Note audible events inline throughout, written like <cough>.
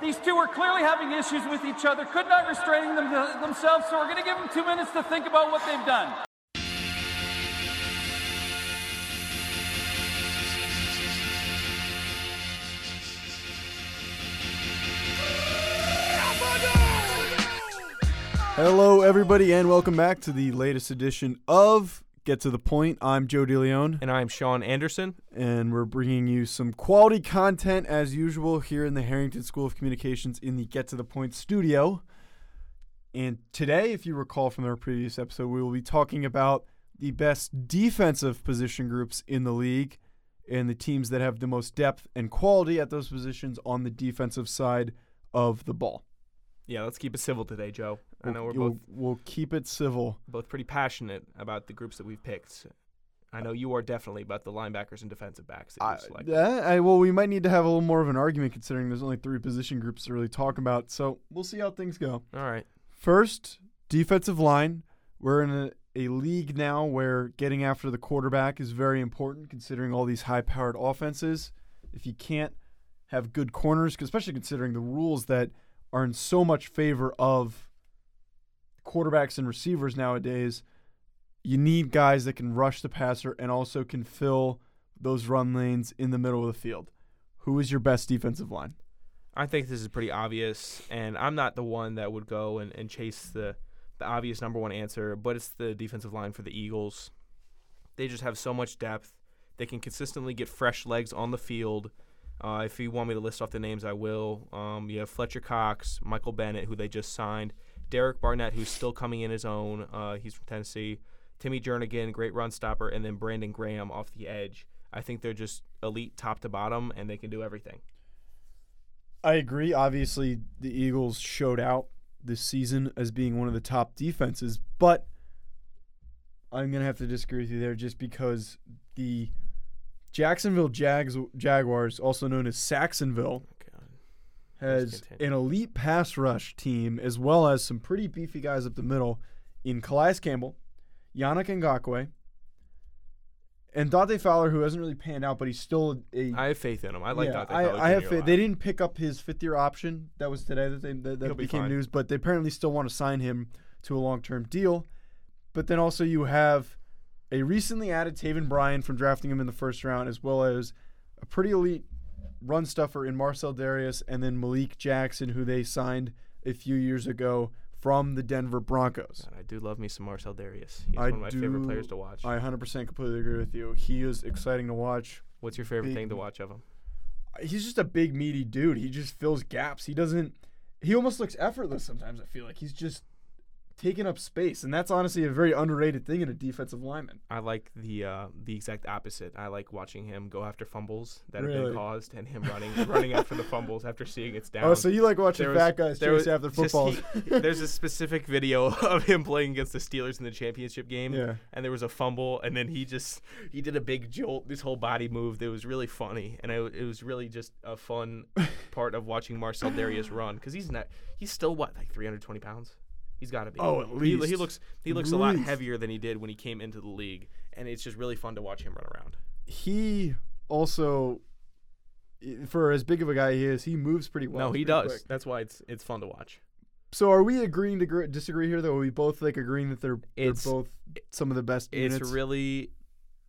These two are clearly having issues with each other, could not restrain them, themselves, so we're going to give them two minutes to think about what they've done. Hello, everybody, and welcome back to the latest edition of Get to the Point. I'm Joe DeLeon, And I'm Sean Anderson. and we're bringing you some quality content as usual here in the Harrington School of Communications in the Get to the Point studio. And today, if you recall from our previous episode, we will be talking about the best defensive position groups in the league and the teams that have the most depth and quality at those positions on the defensive side of the ball. Yeah, let's keep it civil today, Joe. I know we're We'll- both we'll keep it civil. both pretty passionate about the groups that we've picked. I know you are definitely about the linebackers and defensive backs. That I, you selected. yeah, I, well, we might need to have a little more of an argument considering there's only three position groups to really talk about. So we'll see how things go. All right. First, defensive line. We're in a, a league now where getting after the quarterback is very important considering all these high powered offenses. If you can't have good corners, 'cause- especially considering the rules that are in so much favor of quarterbacks and receivers nowadays, you need guys that can rush the passer and also can fill those run lanes in the middle of the field. Who is your best defensive line? I think this is pretty obvious, and I'm not the one that would go and, and chase the, the obvious number one answer, but it's the defensive line for the Eagles. They just have so much depth. They can consistently get fresh legs on the field. Uh, if you want me to list off the names, I will. Um, you have Fletcher Cox, Michael Bennett, who they just signed, Derek Barnett, who's still coming in his own. Uh, he's from Tennessee. Timmy Jernigan, great run stopper, and then Brandon Graham off the edge. I think they're just elite top to bottom, and they can do everything. I agree. Obviously, the Eagles showed out this season as being one of the top defenses, but I'm going to have to disagree with you there just because the Jacksonville Jags Jaguars, also known as Saxonville, Okay. has continue. an elite pass rush team as well as some pretty beefy guys up the middle in Calais Campbell, Yannick Ngakwe, and Dante Fowler, who hasn't really panned out, but he's still a I have faith in him. I like yeah, Dante Fowler I, I have Jr. a faith. lot. They didn't pick up his fifth year option. That was today that they that, He'll that be became fine. news. But they apparently still want to sign him to a long term deal. But then also you have a recently added Taven Bryan from drafting him in the first round, as well as a pretty elite run stuffer in Marcel Darius, and then Malik Jackson, who they signed a few years ago from the Denver Broncos. God, I do love me some Marcel Darius. He's I one of my favorite do- players to watch. I 100% completely agree with you. He is exciting to watch. What's your favorite big- thing to watch of him? he's just a big meaty dude. He just fills gaps. He doesn't. He almost looks effortless sometimes. I feel like he's just taking up space, and that's honestly a very underrated thing in a defensive lineman. I like the uh, the exact opposite. I like watching him go after fumbles that have Really? been caused and him running running after the fumbles after seeing it's down. Oh, so you like watching There was- fat guys there chase was after just footballs? <laughs> he- <laughs> there's a specific video <laughs> of him playing against the Steelers in the championship game, Yeah. and there was a fumble, and then he just he did a big jolt, this whole body move that was really funny, and I, it was really just <laughs> a fun part of watching Marcel Darius run because he's not he's still what like 320 pounds. He's got to be. Oh, at He- he, least. looks he At looks a lot least. heavier than he did when he came into the league, and it's just really fun to watch him run around. he also, i- for as big of a guy he is, he moves pretty well. no, pretty he does. quick. That's why it's it's fun to watch. So are we agreeing to gr- disagree here? Though are we both like agreeing that they're, they're It's- both some of the best it's units. really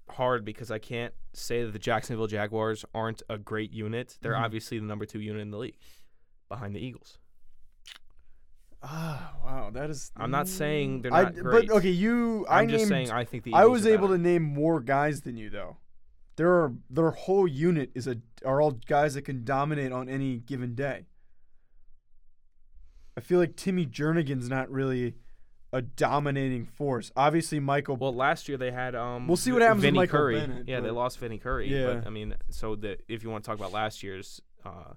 hard because I can't say that the Jacksonville Jaguars aren't a great unit. They're Mm-hmm. obviously the number two unit in the league behind the Eagles. Ah, wow, that is. I'm not saying they're Mm. I- not great. But okay, you. I I'm just named- saying I think the Eagles I was are able to better. name more guys than you though. There are their whole unit is a are all guys that can dominate on any given day. I feel like Timmy Jernigan's not really a dominating force. Obviously, Michael. Well, last year they had. Um, We'll see what Vi- happens with Vinny Michael Curry. Bennett, yeah, they but- lost Vinny Curry. Yeah. But I mean, so the if you want to talk about last year's, uh,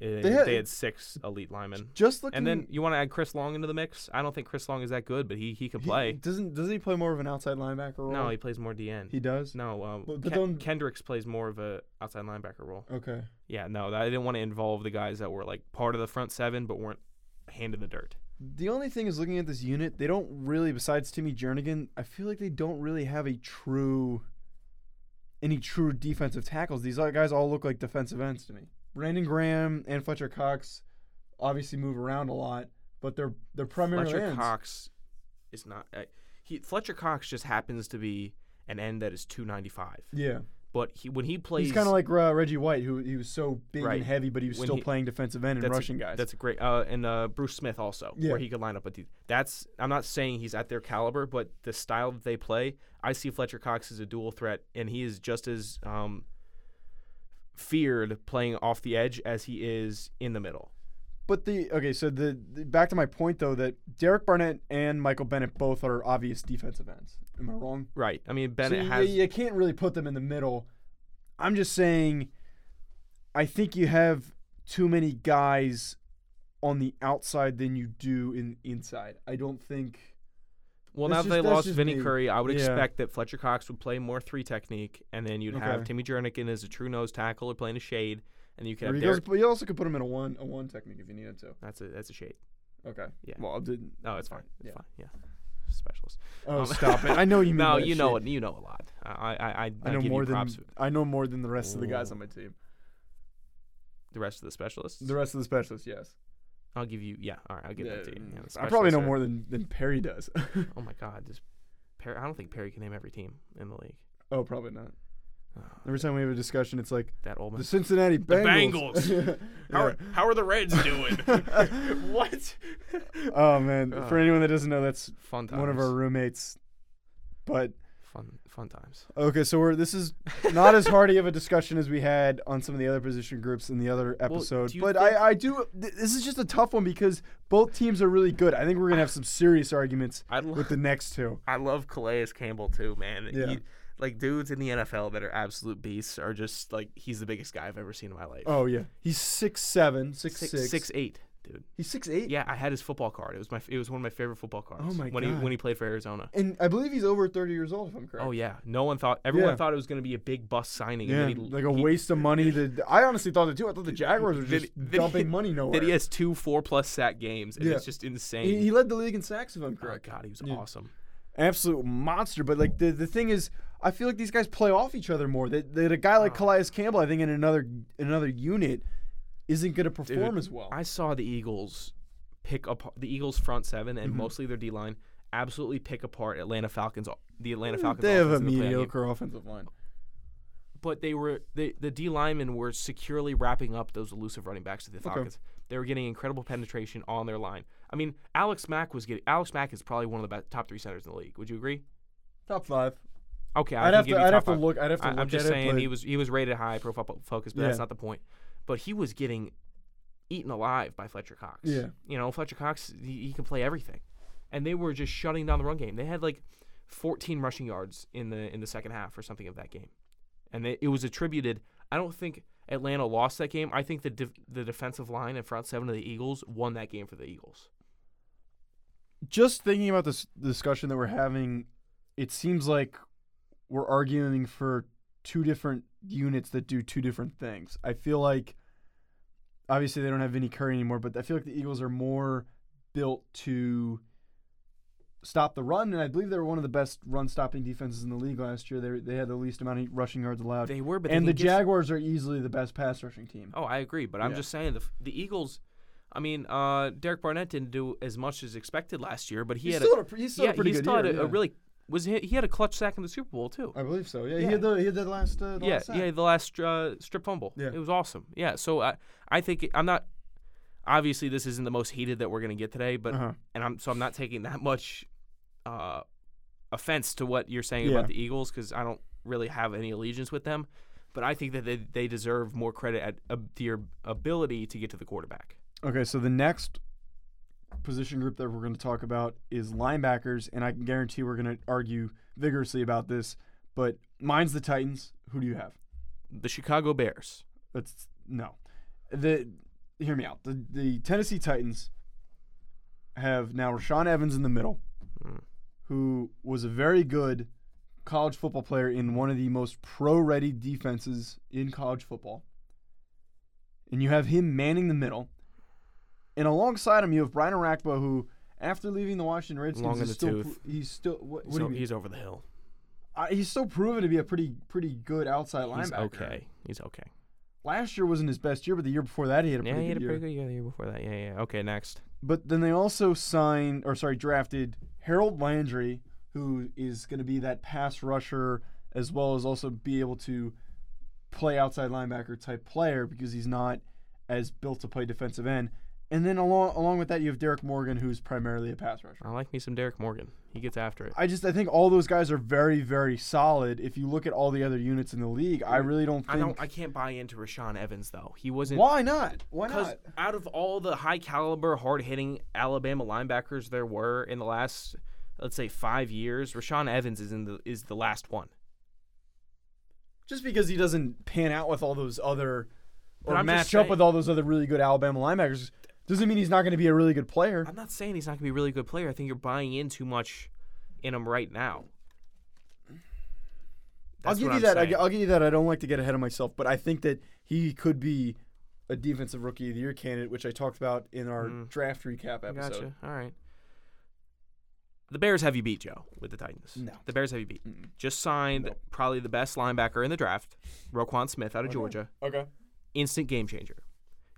they, they had- had, six elite linemen. just looking. And then you want to add Chris Long into the mix? I don't think Chris Long is that good, but he he can he- play. doesn't doesn't he play more of an outside linebacker role? no, he plays more DN. he does. No, um, But- but Ken- don't- Kendricks plays more of a outside linebacker role. Okay. Yeah, no, I didn't want to involve the guys that were like part of the front seven but weren't hand in the dirt. The only thing is looking at this unit, they don't really besides Timmy Jernigan, I feel like they don't really have a true any true defensive tackles. These other guys all look like defensive ends to me. Brandon Graham and Fletcher Cox obviously move around a lot, but they're they're primarily Fletcher ends. Cox is not. Uh, he Fletcher Cox just happens to be an end that is 295. Yeah, But he when he plays, he's kind of like uh, Reggie White, who he was so big Right. and heavy, but he was When still he- playing defensive end and a- rushing guys. That's a great uh, and uh, Bruce Smith also, Yeah. where he could line up with the. That's I'm not saying he's at their caliber, but the style that they play, I see Fletcher Cox as a dual threat, and he is just as um, feared playing off the edge as he is in the middle. But the okay, so the, the back to my point though that Derek Barnett and Michael Bennett both are obvious defensive ends. Am I wrong? Right. I mean So Bennett you, has. you can't really put them in the middle. I'm just saying, I think you have too many guys on the outside than you do in inside. I don't think. Well, That's just- now that they that's lost just Vinny me. Curry, I would Yeah. expect that Fletcher Cox would play more three technique, and then you'd have Okay. Timmy Jernigan as a true nose tackle or playing a shade, and you could or have you, guys, Derek. but you also could put them in a one a one technique if you needed to. That's a that's a shade. Okay. Yeah. Well, I didn't. No, it's fine. It's Yeah. fine. Yeah. Specialist. Oh, Um, stop it! I <laughs> know you mean. no, that you shit. know it. You know a lot. I I I, I, I know give more you than props. I know more than the rest of the guys Ooh. on my team. The rest of the specialists. The rest of the specialists, yes. I'll give you. Yeah. All right. I'll give that to you. Yeah, Yeah, the I probably specialists know are- more than, than Perry does. <laughs> Oh my God. This Perry. I don't think Perry can name every team in the league. oh, probably <sighs> not. Oh, Every time we have a discussion, it's like that old man. the Cincinnati Bengals. <laughs> Bengals. How, are, how are the Reds doing? <laughs> what? Yeah. Oh man! Uh, For anyone that doesn't know, that's Fun times. one of our roommates. But fun fun times. okay, so we're this is not as hearty of a discussion as we had on some of the other position groups in the other do episode. you but think- I, I do. Th- this is just a tough one because both teams are really good. I think we're gonna have some serious arguments I lo- with the next two. I love Calais Campbell too, man. Yeah. He- like dudes in the NFL that are absolute beasts are just like he's the biggest guy I've ever seen in my life. Oh yeah, he's six seven, six Six- six. six, eight, dude. He's six eight. Yeah, I had his football card. It was my it was one of my favorite football cards. Oh my when he God. when he played for Arizona. And I believe he's over 30 years old, if I'm correct. Oh yeah, no one thought everyone Yeah. thought it was going to be a big bust signing. yeah. and then he, like a he- waste of money. That I honestly thought it too. I thought the Jaguars were <laughs> Then- just then he- dumping money nowhere. <laughs> That he has two four plus sack games, and Yeah. it's just insane. he, he led the league in sacks, if I'm oh correct. God, he was Yeah. awesome. Absolute monster. But like the, the thing is, I feel like these guys play off each other more. That, that a guy Oh. like Calais Campbell, I think in another in another unit, isn't going to perform as well. I saw the Eagles pick up the Eagles front seven Mm-hmm. and mostly their D line absolutely pick apart Atlanta Falcons. The Atlanta Falcons. Mm, they have a offense in the playoff game. mediocre offensive line. but they were they, the D linemen were securely wrapping up those elusive running backs to the Falcons. They were getting incredible penetration on their line. I mean, Alex Mack was getting Alex Mack is probably one of the be- top three centers in the league. Would you agree? Top five. Okay, I I'd can have give to. you I'd top have to five. look. I'd have to I, look am just at saying it, he was he was rated high profile focus, but Yeah. that's not the point. But he was getting eaten alive by Fletcher Cox. Yeah. you know Fletcher Cox, he, he can play everything, and they were just shutting down the run game. They had like 14 rushing yards in the in the second half or something of that game, and they, it was attributed. I don't think Atlanta lost that game. I think the def- the defensive line and front seven of the Eagles won that game for the Eagles. just thinking about this discussion that we're having, it seems like we're arguing for two different units that do two different things. I feel like obviously they don't have Vinnie Curry anymore, but I feel like the Eagles are more built to stop the run, and I believe they were one of the best run stopping defenses in the league last year. They they had the least amount of rushing yards allowed. They were, but they and the didn't get- Jaguars are easily the best pass rushing team. Oh, I agree, but I'm Yeah. just saying the f- the Eagles. I mean, uh, Derek Barnett didn't do as much as expected last year, but he, He had still a, had a pr- he still had a yeah, pretty he good still had year, a, a yeah. really was he, he had a clutch sack in the Super Bowl too. I believe so. Yeah, Yeah. he had the he had the last uh, the yeah, last sack. yeah, the last uh, strip fumble. Yeah. it was awesome. Yeah, so I I think it- I'm not obviously this isn't the most heated that we're gonna get today, but Uh-huh. and I'm so I'm not taking that much uh, offense to what you're saying Yeah. about the Eagles because I don't really have any allegiance with them, but I think that they, they deserve more credit at uh, their ability to get to the quarterback. Okay, so the next position group that we're going to talk about is linebackers, and I can guarantee we're going to argue vigorously about this. But mine's the Titans. Who do you have? the Chicago Bears. That's no. The hear me out. The the Tennessee Titans have now Rashawn Evans in the middle, Hmm. who was a very good college football player in one of the most pro-ready defenses in college football. And you have him manning the middle. And alongside him, you have Brian Arakpo, who, after leaving the Washington Redskins, Long in is the still tooth. pr- he's still what, what do He's, o- you mean? he's over the hill. I, he's still proven to be a pretty pretty good outside He's linebacker. okay. He's okay. last year wasn't his best year, but the year before that he had a Yeah, pretty he had a good year. pretty good year the year before that. Yeah, yeah. Okay, next. But then they also signed, or sorry, drafted Harold Landry, who is going to be that pass rusher as well as also be able to play outside linebacker type player because he's not as built to play defensive end. And then along along with that, you have Derek Morgan, who's primarily a pass rusher. I like me some Derek Morgan. He gets after it. I just I think all those guys are very very solid. If you look at all the other units in the league, I really don't I think. don't. I can't buy into Rashawn Evans though. He wasn't. why not? Why Because not? out of all the high caliber, hard hitting Alabama linebackers there were in the last, let's say, five years, Rashawn Evans is in the is the last one. Just because he doesn't pan out with all those other or But I'm just match up saying- with all those other really good Alabama linebackers doesn't mean he's not going to be a really good player. I'm not saying he's not gonna be a really good player. I think you're buying in too much in him right now. I'll That's give what you I'm that. I, saying. will give you that. I don't like to get ahead of myself, but I think that he could be a defensive rookie of the year candidate, which I talked about in our Mm. draft recap episode. Gotcha. All right. The Bears have you beat, Joe, with the Titans. No. The Bears have you beat. Mm. Just signed No. probably the best linebacker in the draft, Roquan Smith out of Okay. Georgia. Okay. Instant game changer.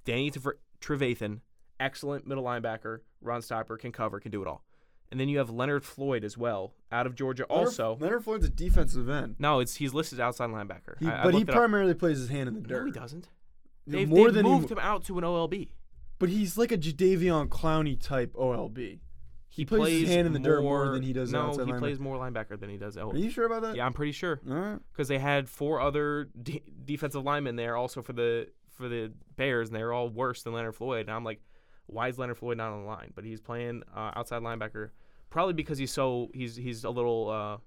Danny Tre- Trevathan, excellent middle linebacker, run stopper, can cover, can do it all. And then you have Leonard Floyd as well, out of Georgia. Also, Leonard, Leonard Floyd's a defensive end, no, it's he's listed outside linebacker. he, I- I but he looked it up. primarily plays his hand in the dirt. no, he doesn't. Yeah, They've, more they've than he moved mo- him out to an OLB. But he's like a Jadavion Clowney type OLB. He plays his hand in the dirt more than he does No, outside he linebacker. plays more linebacker than he does Are OLB. you sure about that? Yeah, I'm pretty sure All right. because they had four other de- defensive linemen there also for the for the Bears, and they were all worse than Leonard Floyd. And I'm like, why is Leonard Floyd not on the line? But he's playing uh, outside linebacker, probably because he's so he's he's a little uh,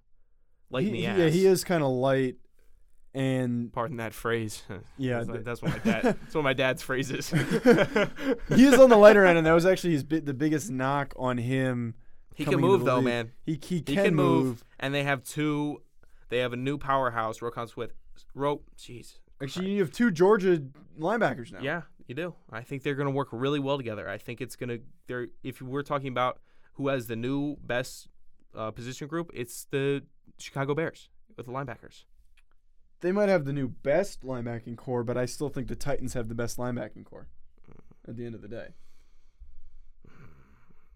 light in He- the he- ass. Yeah, he is kind of light, and Pardon that phrase. <laughs> Yeah, that's, the- that's one <laughs> of my dad. That's one of my dad's phrases. he is on the lighter end, and that was actually his bi- the biggest knock on him. He coming can into the move though, league. man. He he He can, can, move. move. and they have two. They have a new powerhouse. Roquan Smith. Ro. Jeez. Actually, you have two Georgia linebackers now. Yeah, you do. I think they're going to work really well together. I think it's going to. They're if we're talking about who has the new best uh, position group, it's the Chicago Bears with the linebackers. they might have the new best linebacking core, but I still think the Titans have the best linebacking core. At the end of the day,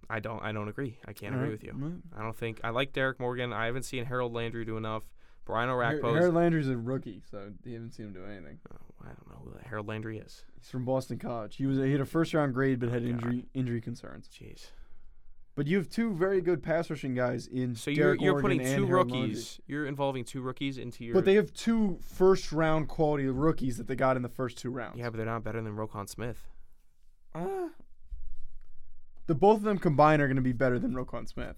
I don't. I don't agree. I can't All agree right. with you. Well, I don't think I like Derek Morgan. I haven't seen Harold Landry do enough. Brian Har- Orakpo. Harold Landry's a rookie, so you haven't seen him do anything. I don't know who the Harold Landry is. He's from Boston College. He was he had a first round grade, but had God. injury injury concerns. Jeez. But you have two very good pass rushing guys in. So Derek you're you're Morgan putting and two Harold Landry. rookies. You're involving two rookies into your. But they have two first round quality rookies that they got in the first two rounds. Uh, yeah, but they're not better than Roquan Smith. The both of them combined are going to be better than Roquan Smith.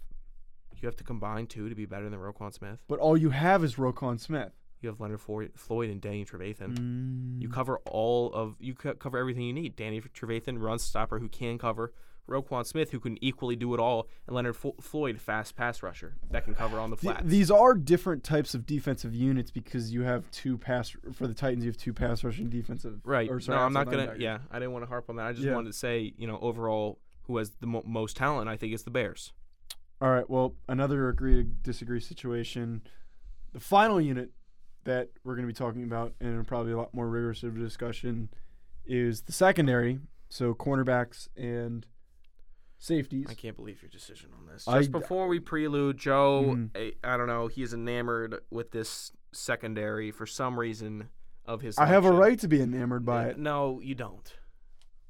You have to combine two to be better than Roquan Smith. But all you have is Roquan Smith. You have Leonard Floyd, Floyd and Danny Trevathan. Mm. You cover all of you co- cover everything you need. Danny Trevathan, run stopper who can cover. Roquan Smith who can equally do it all, and Leonard Fo- Floyd, fast pass rusher that can cover on the Th- flats. these are different types of defensive units because you have two pass for the Titans. You have two pass rushing defensive. right? Or, sorry, no, I'm not outside gonna. linebackers. Yeah, I didn't want to harp on that. I just Yeah. wanted to say, you know, overall, who has the mo- most talent? I think is the Bears. All right. Well, another agree to disagree situation. The final unit that we're going to be talking about, and probably a lot more rigorous of a discussion, is the secondary. So cornerbacks and safeties. I can't believe your decision on this. I- Just before we prelude, Joe, Mhm. I, I don't know, he is enamored with this secondary for some reason of his. I have a selection. right to be enamored by it. No, you don't.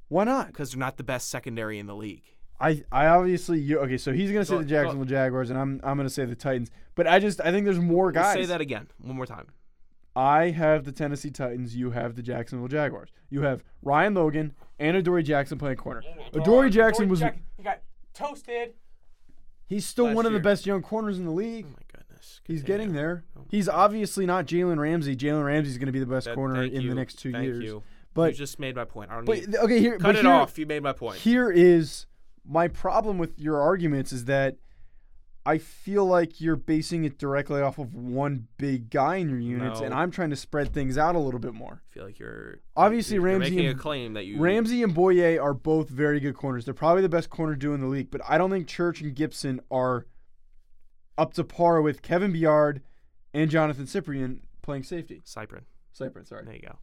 Why not? because they're not the best secondary in the league. I, I obviously you okay. So he's gonna say Go- the Jacksonville Jaguars, and I'm I'm gonna say the Titans. But I just I think there's more guys. Say that again, one more time. I have the Tennessee Titans. You have the Jacksonville Jaguars. You have Ryan Logan and Adoree Jackson playing corner. Adoree Jackson was He got toasted. he's still last one of the year. best young corners in the league. Oh my goodness, He's Continue. getting there. He's obviously not Jalen Ramsey. Jalen Ramsey's gonna be the best That- corner thank in you, the next two thank years. you. But you just made my point. I don't but need, okay here cut but it here, off. You made my point. Here is my problem with your arguments is that I feel like you're basing it directly off of one big guy in your units, and No. I'm trying to spread things out a little bit more. I feel like you're Obviously, you're Ramsey making a and- claim that you Ramsey and Boye are both very good corners. They're probably the best corner duo in the league, but I don't think Church and Gibson are up to par with Kevin Biard and Jonathan Cyprian playing safety. Cyprin. Cyprian, sorry. There you go.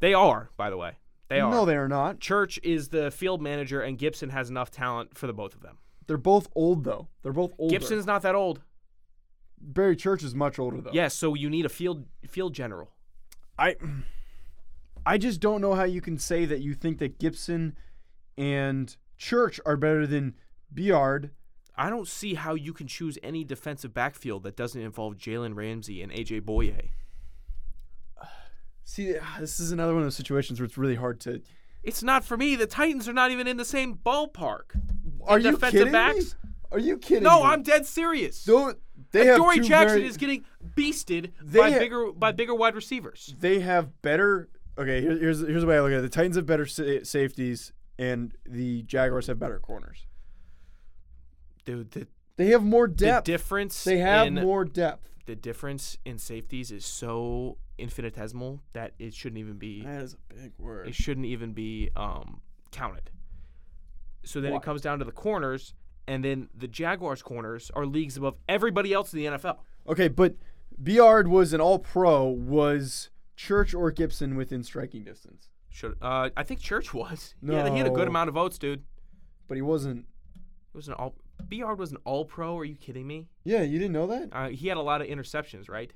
They are, by the way. They are. No, they are not. Church is the field manager, and Gibson has enough talent for the both of them. They're both old though. They're both older. Gibson's not that old. Barry Church is much older though. Yes, so you need a field field general. I I just don't know how you can say that you think that Gibson and Church are better than Beard. I don't see how you can choose any defensive backfield that doesn't involve Jalen Ramsey and AJ Boye. See, ah, this is another one of those situations where it's really hard to. It's not for me. The Titans are not even in the same ballpark. Are you defensive kidding backs? me? Are you kidding? No, me? I'm dead serious. Don't, they have Dory two Jackson very- is getting beasted They by ha- bigger by bigger wide receivers. They have better. Okay, here- here's here's the way I look at it. The Titans have better sa- safeties, and the Jaguars have better corners. Dude, the, They have more the depth. difference they have in more depth. the difference in safeties is so infinitesimal that it shouldn't even be That is a big it word. shouldn't even be um, counted. So then Why? it comes down to the corners, and then the Jaguars' corners are leagues above everybody else in the NFL. Okay, but Beard was an All Pro. Was Church or Gibson within striking distance? Should uh, I think Church <laughs> was? Yeah, he had a good No. amount of votes, dude. It But he wasn't. was an all. Beard was an All Pro. Are you kidding me? Yeah, you didn't know that. Uh, he had a lot of interceptions, right?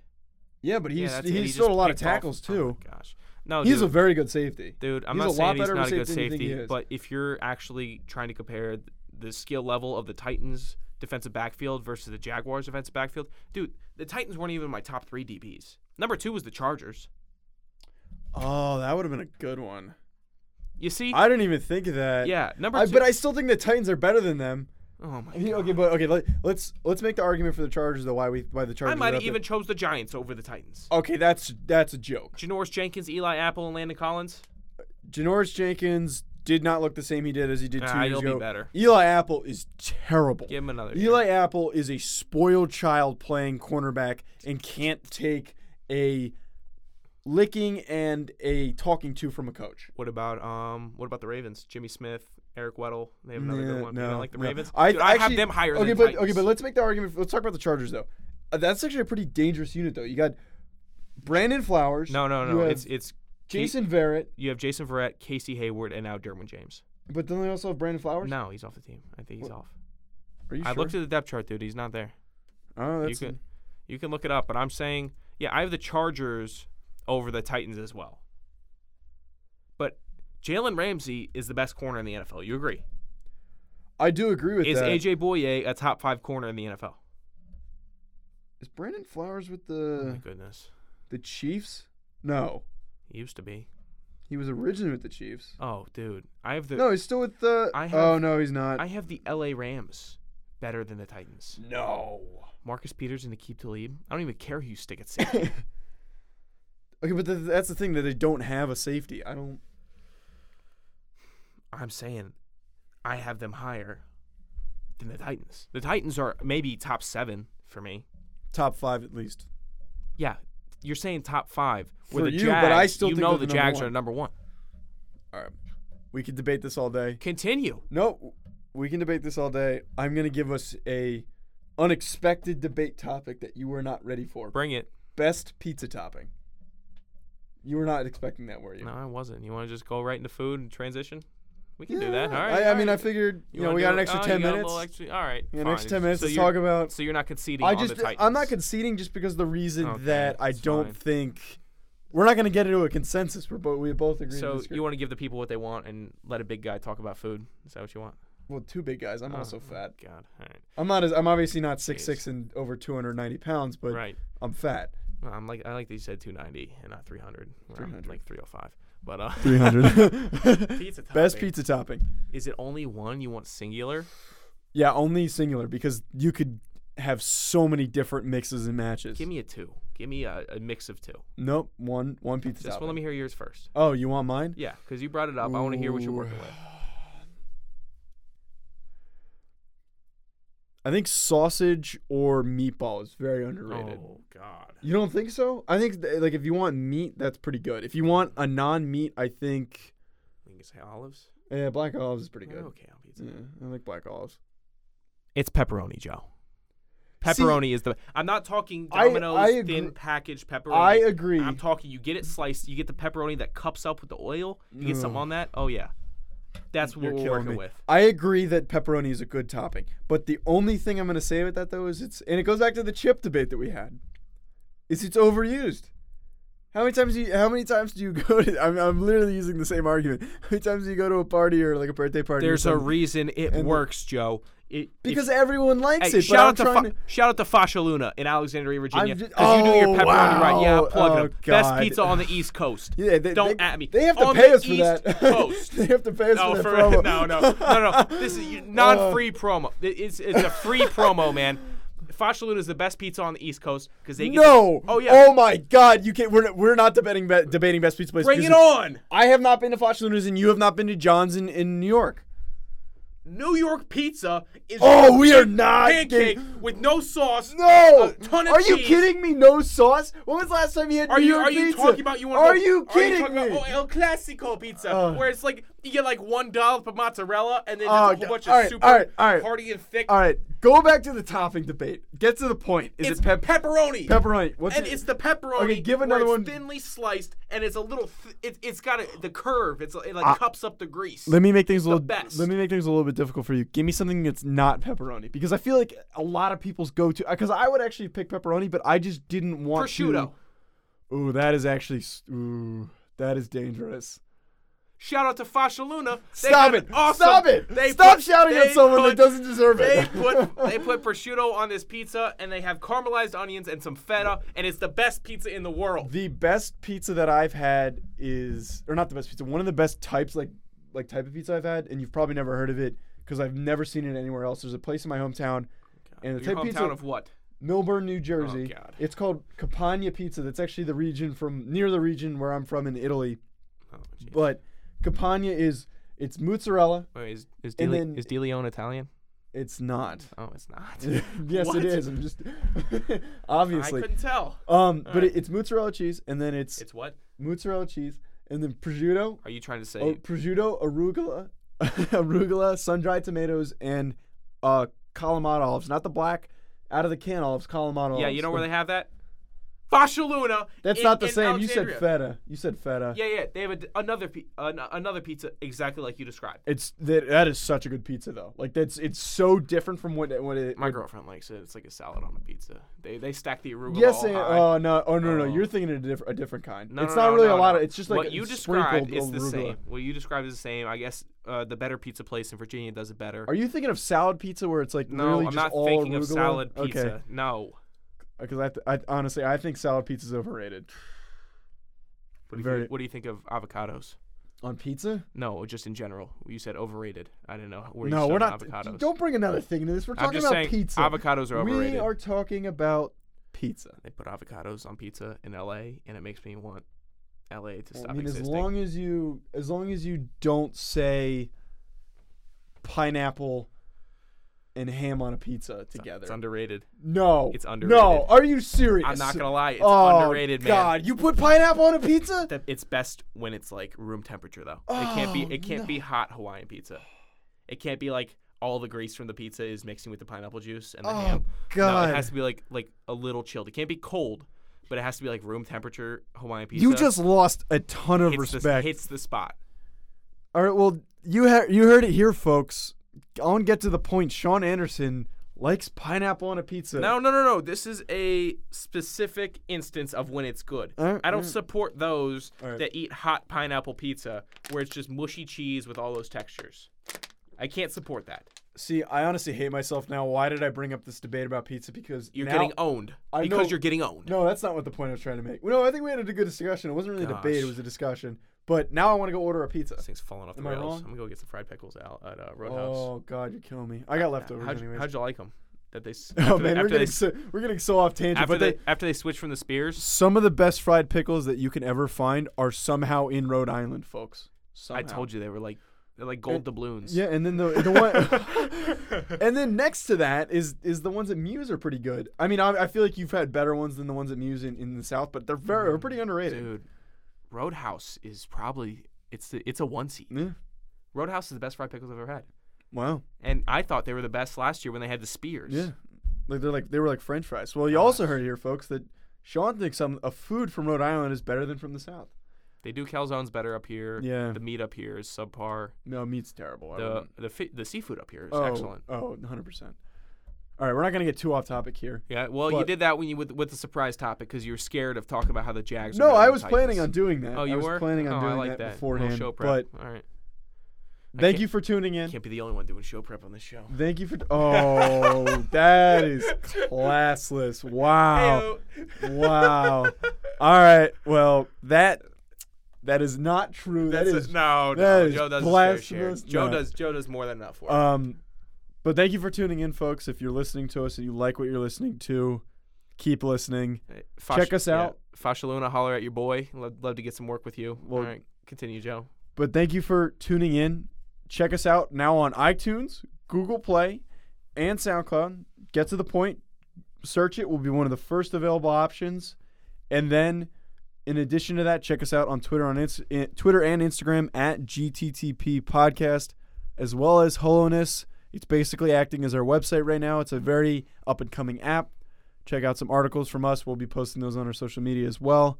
Yeah, but he's yeah, that's it. he just stole a lot of picked off- tackles too. Oh my gosh, no, he's dude. a very good safety. Dude, I'm He's not a saying lot he's better of not a a good safety than you think safety, he is. but if you're actually trying to compare th- the skill level of the Titans defensive backfield versus the Jaguars defensive backfield, dude, the Titans weren't even my top three DBs. Number two was the Chargers. Oh, that would have been a good one. You see? <laughs> I didn't even think of that. yeah, number I, two. but I still think the Titans are better than them. oh my I mean, okay, but okay, let, let's let's make the argument for the Chargers though. Why we why the Chargers? I are might have up there. even chose the Giants over the Titans. Okay, that's that's a joke. Janoris Jenkins, Eli Apple, and Landon Collins. Janoris Jenkins did not look the same he did as he did two Nah, years he'll be ago. better. Eli Apple is terrible. Give him another. year. Eli Apple is a spoiled child playing cornerback and can't take a licking and a talking to from a coach. What about um? What about the Ravens? Jimmy Smith, Eric Weddle. They have another Yeah, good one. You don't like the no. Ravens? I, Dude, I actually- have them higher Okay, than but Titans. okay, but let's make the argument. Let's talk about the Chargers though. Uh, that's actually a pretty dangerous unit though. You got Brandon Flowers. no, no, you no. have It's it's Jason Verrett, You have Jason Verrett, Casey Hayward, and now Derwin James. but then they also have Brandon Flowers. No, he's off the team. I think he's off. Are you I sure? looked at the depth chart, dude. He's not there. oh, you that's can you can look it up, but I'm saying, yeah, I have the Chargers over the Titans as well. But Jalen Ramsey is the best corner in the NFL. You agree? I do agree with Is that. AJ Boye a top five corner in the NFL? Is Brandon Flowers with Oh my the goodness, the Chiefs? No, he used to be. he was originally with the Chiefs. Oh, dude, I have the No, he's still with the. I have- oh no, he's not. I have the LA Rams better than the Titans. no. Marcus Peters and Akeem Talib. I don't even care who you stick at safety. Okay, but th- that's the thing that they don't have a safety. I don't. I'm saying I have them higher than the Titans. The Titans are maybe top seven for me. Top five at least. Yeah, you're saying top five. For Where the you, Jags, but I still you think know they're the the number Jags one. are number one. All right, we could debate this all day. Continue. No, we can debate this all day. I'm gonna give us a unexpected debate topic that you were not ready for. Bring it. Best pizza topping. You were not expecting that, were you? No, I wasn't. You want to just go right into food and transition? We can Yeah, do that. All I- right. I, all mean, I right. figured you, know wanna we do got an it? extra Oh, ten you got a minutes. little extra- all right. Yeah, fine. next 10 minutes, So let's you're- talk about- So you're not conceding I on just the Titans. I'm not conceding just because the reason Okay, that I that's don't fine. think we're not going to get into a consensus. We're both we both agree. So you want want to give the people what they want and let a big guy talk about food? Is that what you want? well two big guys. I'm Oh, also fat. God. All right. I'm not as I'm obviously not six six and over 290 pounds, but Right. I'm fat. No, I'm like I like that you said 290 and not 300. where I'm 300. like 305. But <laughs> uh, 300 pizza topping. best pizza topping. <laughs> Is it only one you want singular? Yeah, only singular because you could have so many different mixes and matches. Give me a two. Give me a, a mix of two. nope one one pizza Just topping. well, let me hear yours first. oh, you want mine? Yeah, because you brought it up. I want to hear what you're working with. I think sausage or meatball is very underrated. Oh God. You don't think so? I think th- like if you want meat, that's pretty good. If you want a non-meat, I think You can say olives. yeah, black olives is pretty good. Mm. Okay, on pizza. Yeah, I like black olives. It's pepperoni, Joe. Pepperoni is the. I'm not talking I- Domino's I agree- thin packaged pepperoni. I agree. I'm talking. You get it sliced. You get the pepperoni that cups up with the oil. You get something on that. Oh yeah, that's what You're we're killing working me. with. I agree that pepperoni is a good topping, but the only thing I'm going to say about that though is it's and it goes back to the chip debate that we had. Is it's overused? How many times do you, how many times do you <laughs> go to I'm, I'm literally using the same argument. <laughs> How many times do you go to a party or like a birthday party? or There's a something? reason it works, Joe. It, if- because everyone likes Hey, it. shout, out but to I'm trying Fa- to, shout out to Fasha Luna in Alexandria, Virginia. just- 'cause you do your Oh, pepperoni right. Yeah, wow. I'm plugging Oh, 'em. Best God. pizza on the East Coast. Yeah, they, Don't they, at me. They have to On pay the us for East that. <laughs> Coast. they have to pay us No, for that for, <laughs> promo. Oh. no, no, no, no, This is you- non-free promo. It- It's it's a free promo, man. Fasha Luna is the best pizza on the East Coast because they get <laughs> the- No. oh yeah, Oh my God! You can't. We're not, we're not debating be- debating best pizza place. bring because it on. I have not been to Fosh Luna's, and you have not been to John's in, in New York. New York pizza is Oh, a we are big not pancake getting- with no sauce. No. a ton of Are you cheese. kidding me? No sauce. When was the last time you had Are New you York are you pizza? talking about you want? Are you kidding are you me? talking About, oh, El Clasico pizza, Ugh. where it's like you get like one dollop of mozzarella and then Oh, just God. a whole bunch All of right, super all right, all right. hearty and thick. All right, go back to the topping debate. Get to the point. Is It's it pep- pepperoni. pepperoni? What's and it? it's the pepperoni. Okay, give where another it's one. Thinly sliced, and it's a little. Th- it, it's got a, the curve. It's it Ah. like cups up the grease. Let me make things a little. best. Let me make things a little bit difficult for you. Give me something that's not pepperoni because I feel like a lot of people's go-to. Because I would actually pick pepperoni, but I just didn't want prosciutto. To, ooh, that is actually. s- Ooh, that is dangerous. Shout out to Fasha Luna. They Stop got it! an Awesome, Stop it! They Stop put- shouting they at someone put, that doesn't deserve They it. <laughs> <laughs> put they put prosciutto on this pizza, and they have caramelized onions and some feta, and it's the best pizza in the world. The best pizza that I've had is, or not the best pizza. One of the best types, like like type of pizza I've had, and you've probably never heard of it because I've never seen it anywhere else. There's a place in my hometown, and the Your type hometown of pizza of what? Oh, Milburn, New Jersey. God. It's called Campagna Pizza. That's actually the region from near the region where I'm from in Italy. Oh, jeez. But Campagna is it's mozzarella. Wait, is is And De, Le- then- is De Leon Italian? It's not. <laughs> Oh, it's not. yes, What? it is. I'm just <laughs> I obviously. couldn't tell. Um, but it, it's mozzarella cheese, and then it's, It's what? mozzarella cheese, and then prosciutto, Are you trying to say? oh, prosciutto, arugula, <laughs> arugula, sun-dried tomatoes, and uh, Kalamata olives. Not the black, out of the can olives. Kalamata. yeah, olives. you know where they have that? Fascia Luna. oh, That's in- not the in same. You Alexandria. said feta. You said feta. Yeah, yeah. They have a d another pi- an, another pizza exactly like you described. It's that that is such a good pizza though. Like that's it's so different from what what it. My girlfriend likes it. It's like a salad on a pizza. They they stack the arugula. yes, all and, high. oh no, oh no, no, Oh. you're thinking of a, diff- a different kind. No, it's no, not no, really no, a lot no. of. It's just like what you it's described sprinkled is the arugula. same. What you described is the same. I guess uh, the better pizza place in Virginia does it better. Are you thinking of salad pizza where it's like no, really I'm just not all thinking arugula? of salad pizza. Okay, No. because I, th- I honestly I think salad pizza is overrated. What do, you, Very- what do you think of avocados? On pizza? No, just in general. You said overrated. I didn't know where no, you we're stood on not. avocados. Don't bring another thing into this. We're I'm talking just about saying pizza. avocados are overrated. We are talking about pizza. They put avocados on pizza in LA, and it makes me want LA to stop I mean, existing. as long as you as long as you don't say pineapple and ham on a pizza together. It's underrated. no, it's No, underrated. are you serious? I'm not gonna lie, it's oh, underrated, man. God, you put pineapple on a pizza? That- It's best when it's like room temperature though. it can't be. Oh, It can't be hot Hawaiian pizza. It can't be like all the grease from the pizza is mixing with the pineapple juice and the Oh, ham. God. No, it has to be like like a little chilled. It can't be cold, but it has to be like room temperature Hawaiian pizza. you just lost a ton of hits The, respect. hits the spot. All right, well, you ha- you heard it here, folks. On get to the point. Sean Anderson likes pineapple on a pizza. No, no, no, no. This is a specific instance of when it's good. All right, I don't all right. support those right. that eat hot pineapple pizza where it's just mushy cheese with all those textures. I can't support that. See, I honestly hate myself now. Why did I bring up this debate about pizza? Because You're now- getting owned I because know- you're getting owned. No, that's not what the point I was trying to make. No, I think we had a good discussion. It wasn't really a debate; Gosh. it was a discussion. But now I want to go order a pizza. This thing's falling off the Am I rails. wrong? I'm gonna go get some fried pickles out at uh, Roadhouse. Oh God, you're killing me! I got leftovers how'd, you, anyways. how'd you like them? That they s- <laughs> after oh they- man, after we're they getting s- so, we're getting so off tangent. after but they they, after they switch from the spears. some of the best fried pickles that you can ever find are somehow in Rhode Island, folks. Somehow. I told you they were like they're like gold doubloons. Yeah, and then the the one, <laughs> and then next to that is is the ones at Muse are pretty good. I mean, I, I feel like you've had better ones than the ones at Muse in, in the South, but they're very they're pretty underrated. Mm-hmm. dude. Roadhouse is probably it's the, it's a one seat. Yeah. Roadhouse is the best fried pickles I've ever had. Wow. And I thought they were the best last year when they had the spears. Yeah. Like they're like they were like French fries. Well, you Ah. also heard here, folks, that Sean thinks some a food from Rhode Island is better than from the South. They do calzones better up here. Yeah. The meat up here is subpar. No, meat's terrible. I The wouldn't- the fi- the seafood up here is oh, excellent. Oh, 100 percent. All right, we're not gonna get too off topic here. Yeah. Well, you But- did that when you with with the surprise topic because you were scared of talking about how the Jags. are No, better I than was the planning Titans. on doing that. Oh, you I was were planning on Oh, doing I like that. Little beforehand. Show But prep. all right. I thank can't- you for tuning in. Can't be the only one doing show prep on this show. Thank you for. Oh, that is classless. Wow. Wow. All right. Well, that that is not true. That That's is- a, no, that no. is Joe does his fair share. blasphemous. Joe No. does. Joe does more than enough for. it. Um, but thank you for tuning in, folks. If you're listening to us and you like what you're listening to, keep listening. Hey, check us yeah, out. Fashaluna, holler at your boy. Love, love to get some work with you. Well- All right, continue, Joe. But thank you for tuning in. Check us out now on iTunes, Google Play, and SoundCloud. Get to the point, search it. will be one of the first available options. And then, in addition to that, check us out on Twitter on Inst- eh, Twitter and Instagram at GTTP Podcast, as well as Hollowness. It's basically acting as our website right now. It's a very up and coming app. Check out some articles from us. We'll be posting those on our social media as well.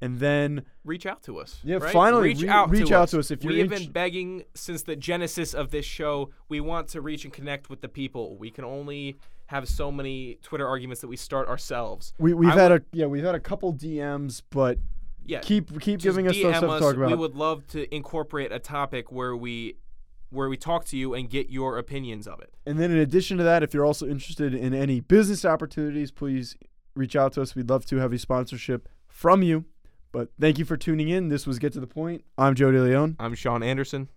And then Reach out to us. Yeah, right? finally, reach re- out. reach to out us. to us if we you're have int- been begging since the genesis of this show. We want to reach and connect with the people. We can only have so many Twitter arguments that we start ourselves. We we've I had a yeah we've had a couple DMs, but Yeah, keep keep just giving us DM those stuff us. to talk We about. would love to incorporate a topic where we where we talk to you and get your opinions of it. and then in addition to that, if you're also interested in any business opportunities, please reach out to us. We'd love to have a sponsorship from you. But thank you for tuning in. This was Get to the Point. I'm Joe DeLeon. I'm Sean Anderson.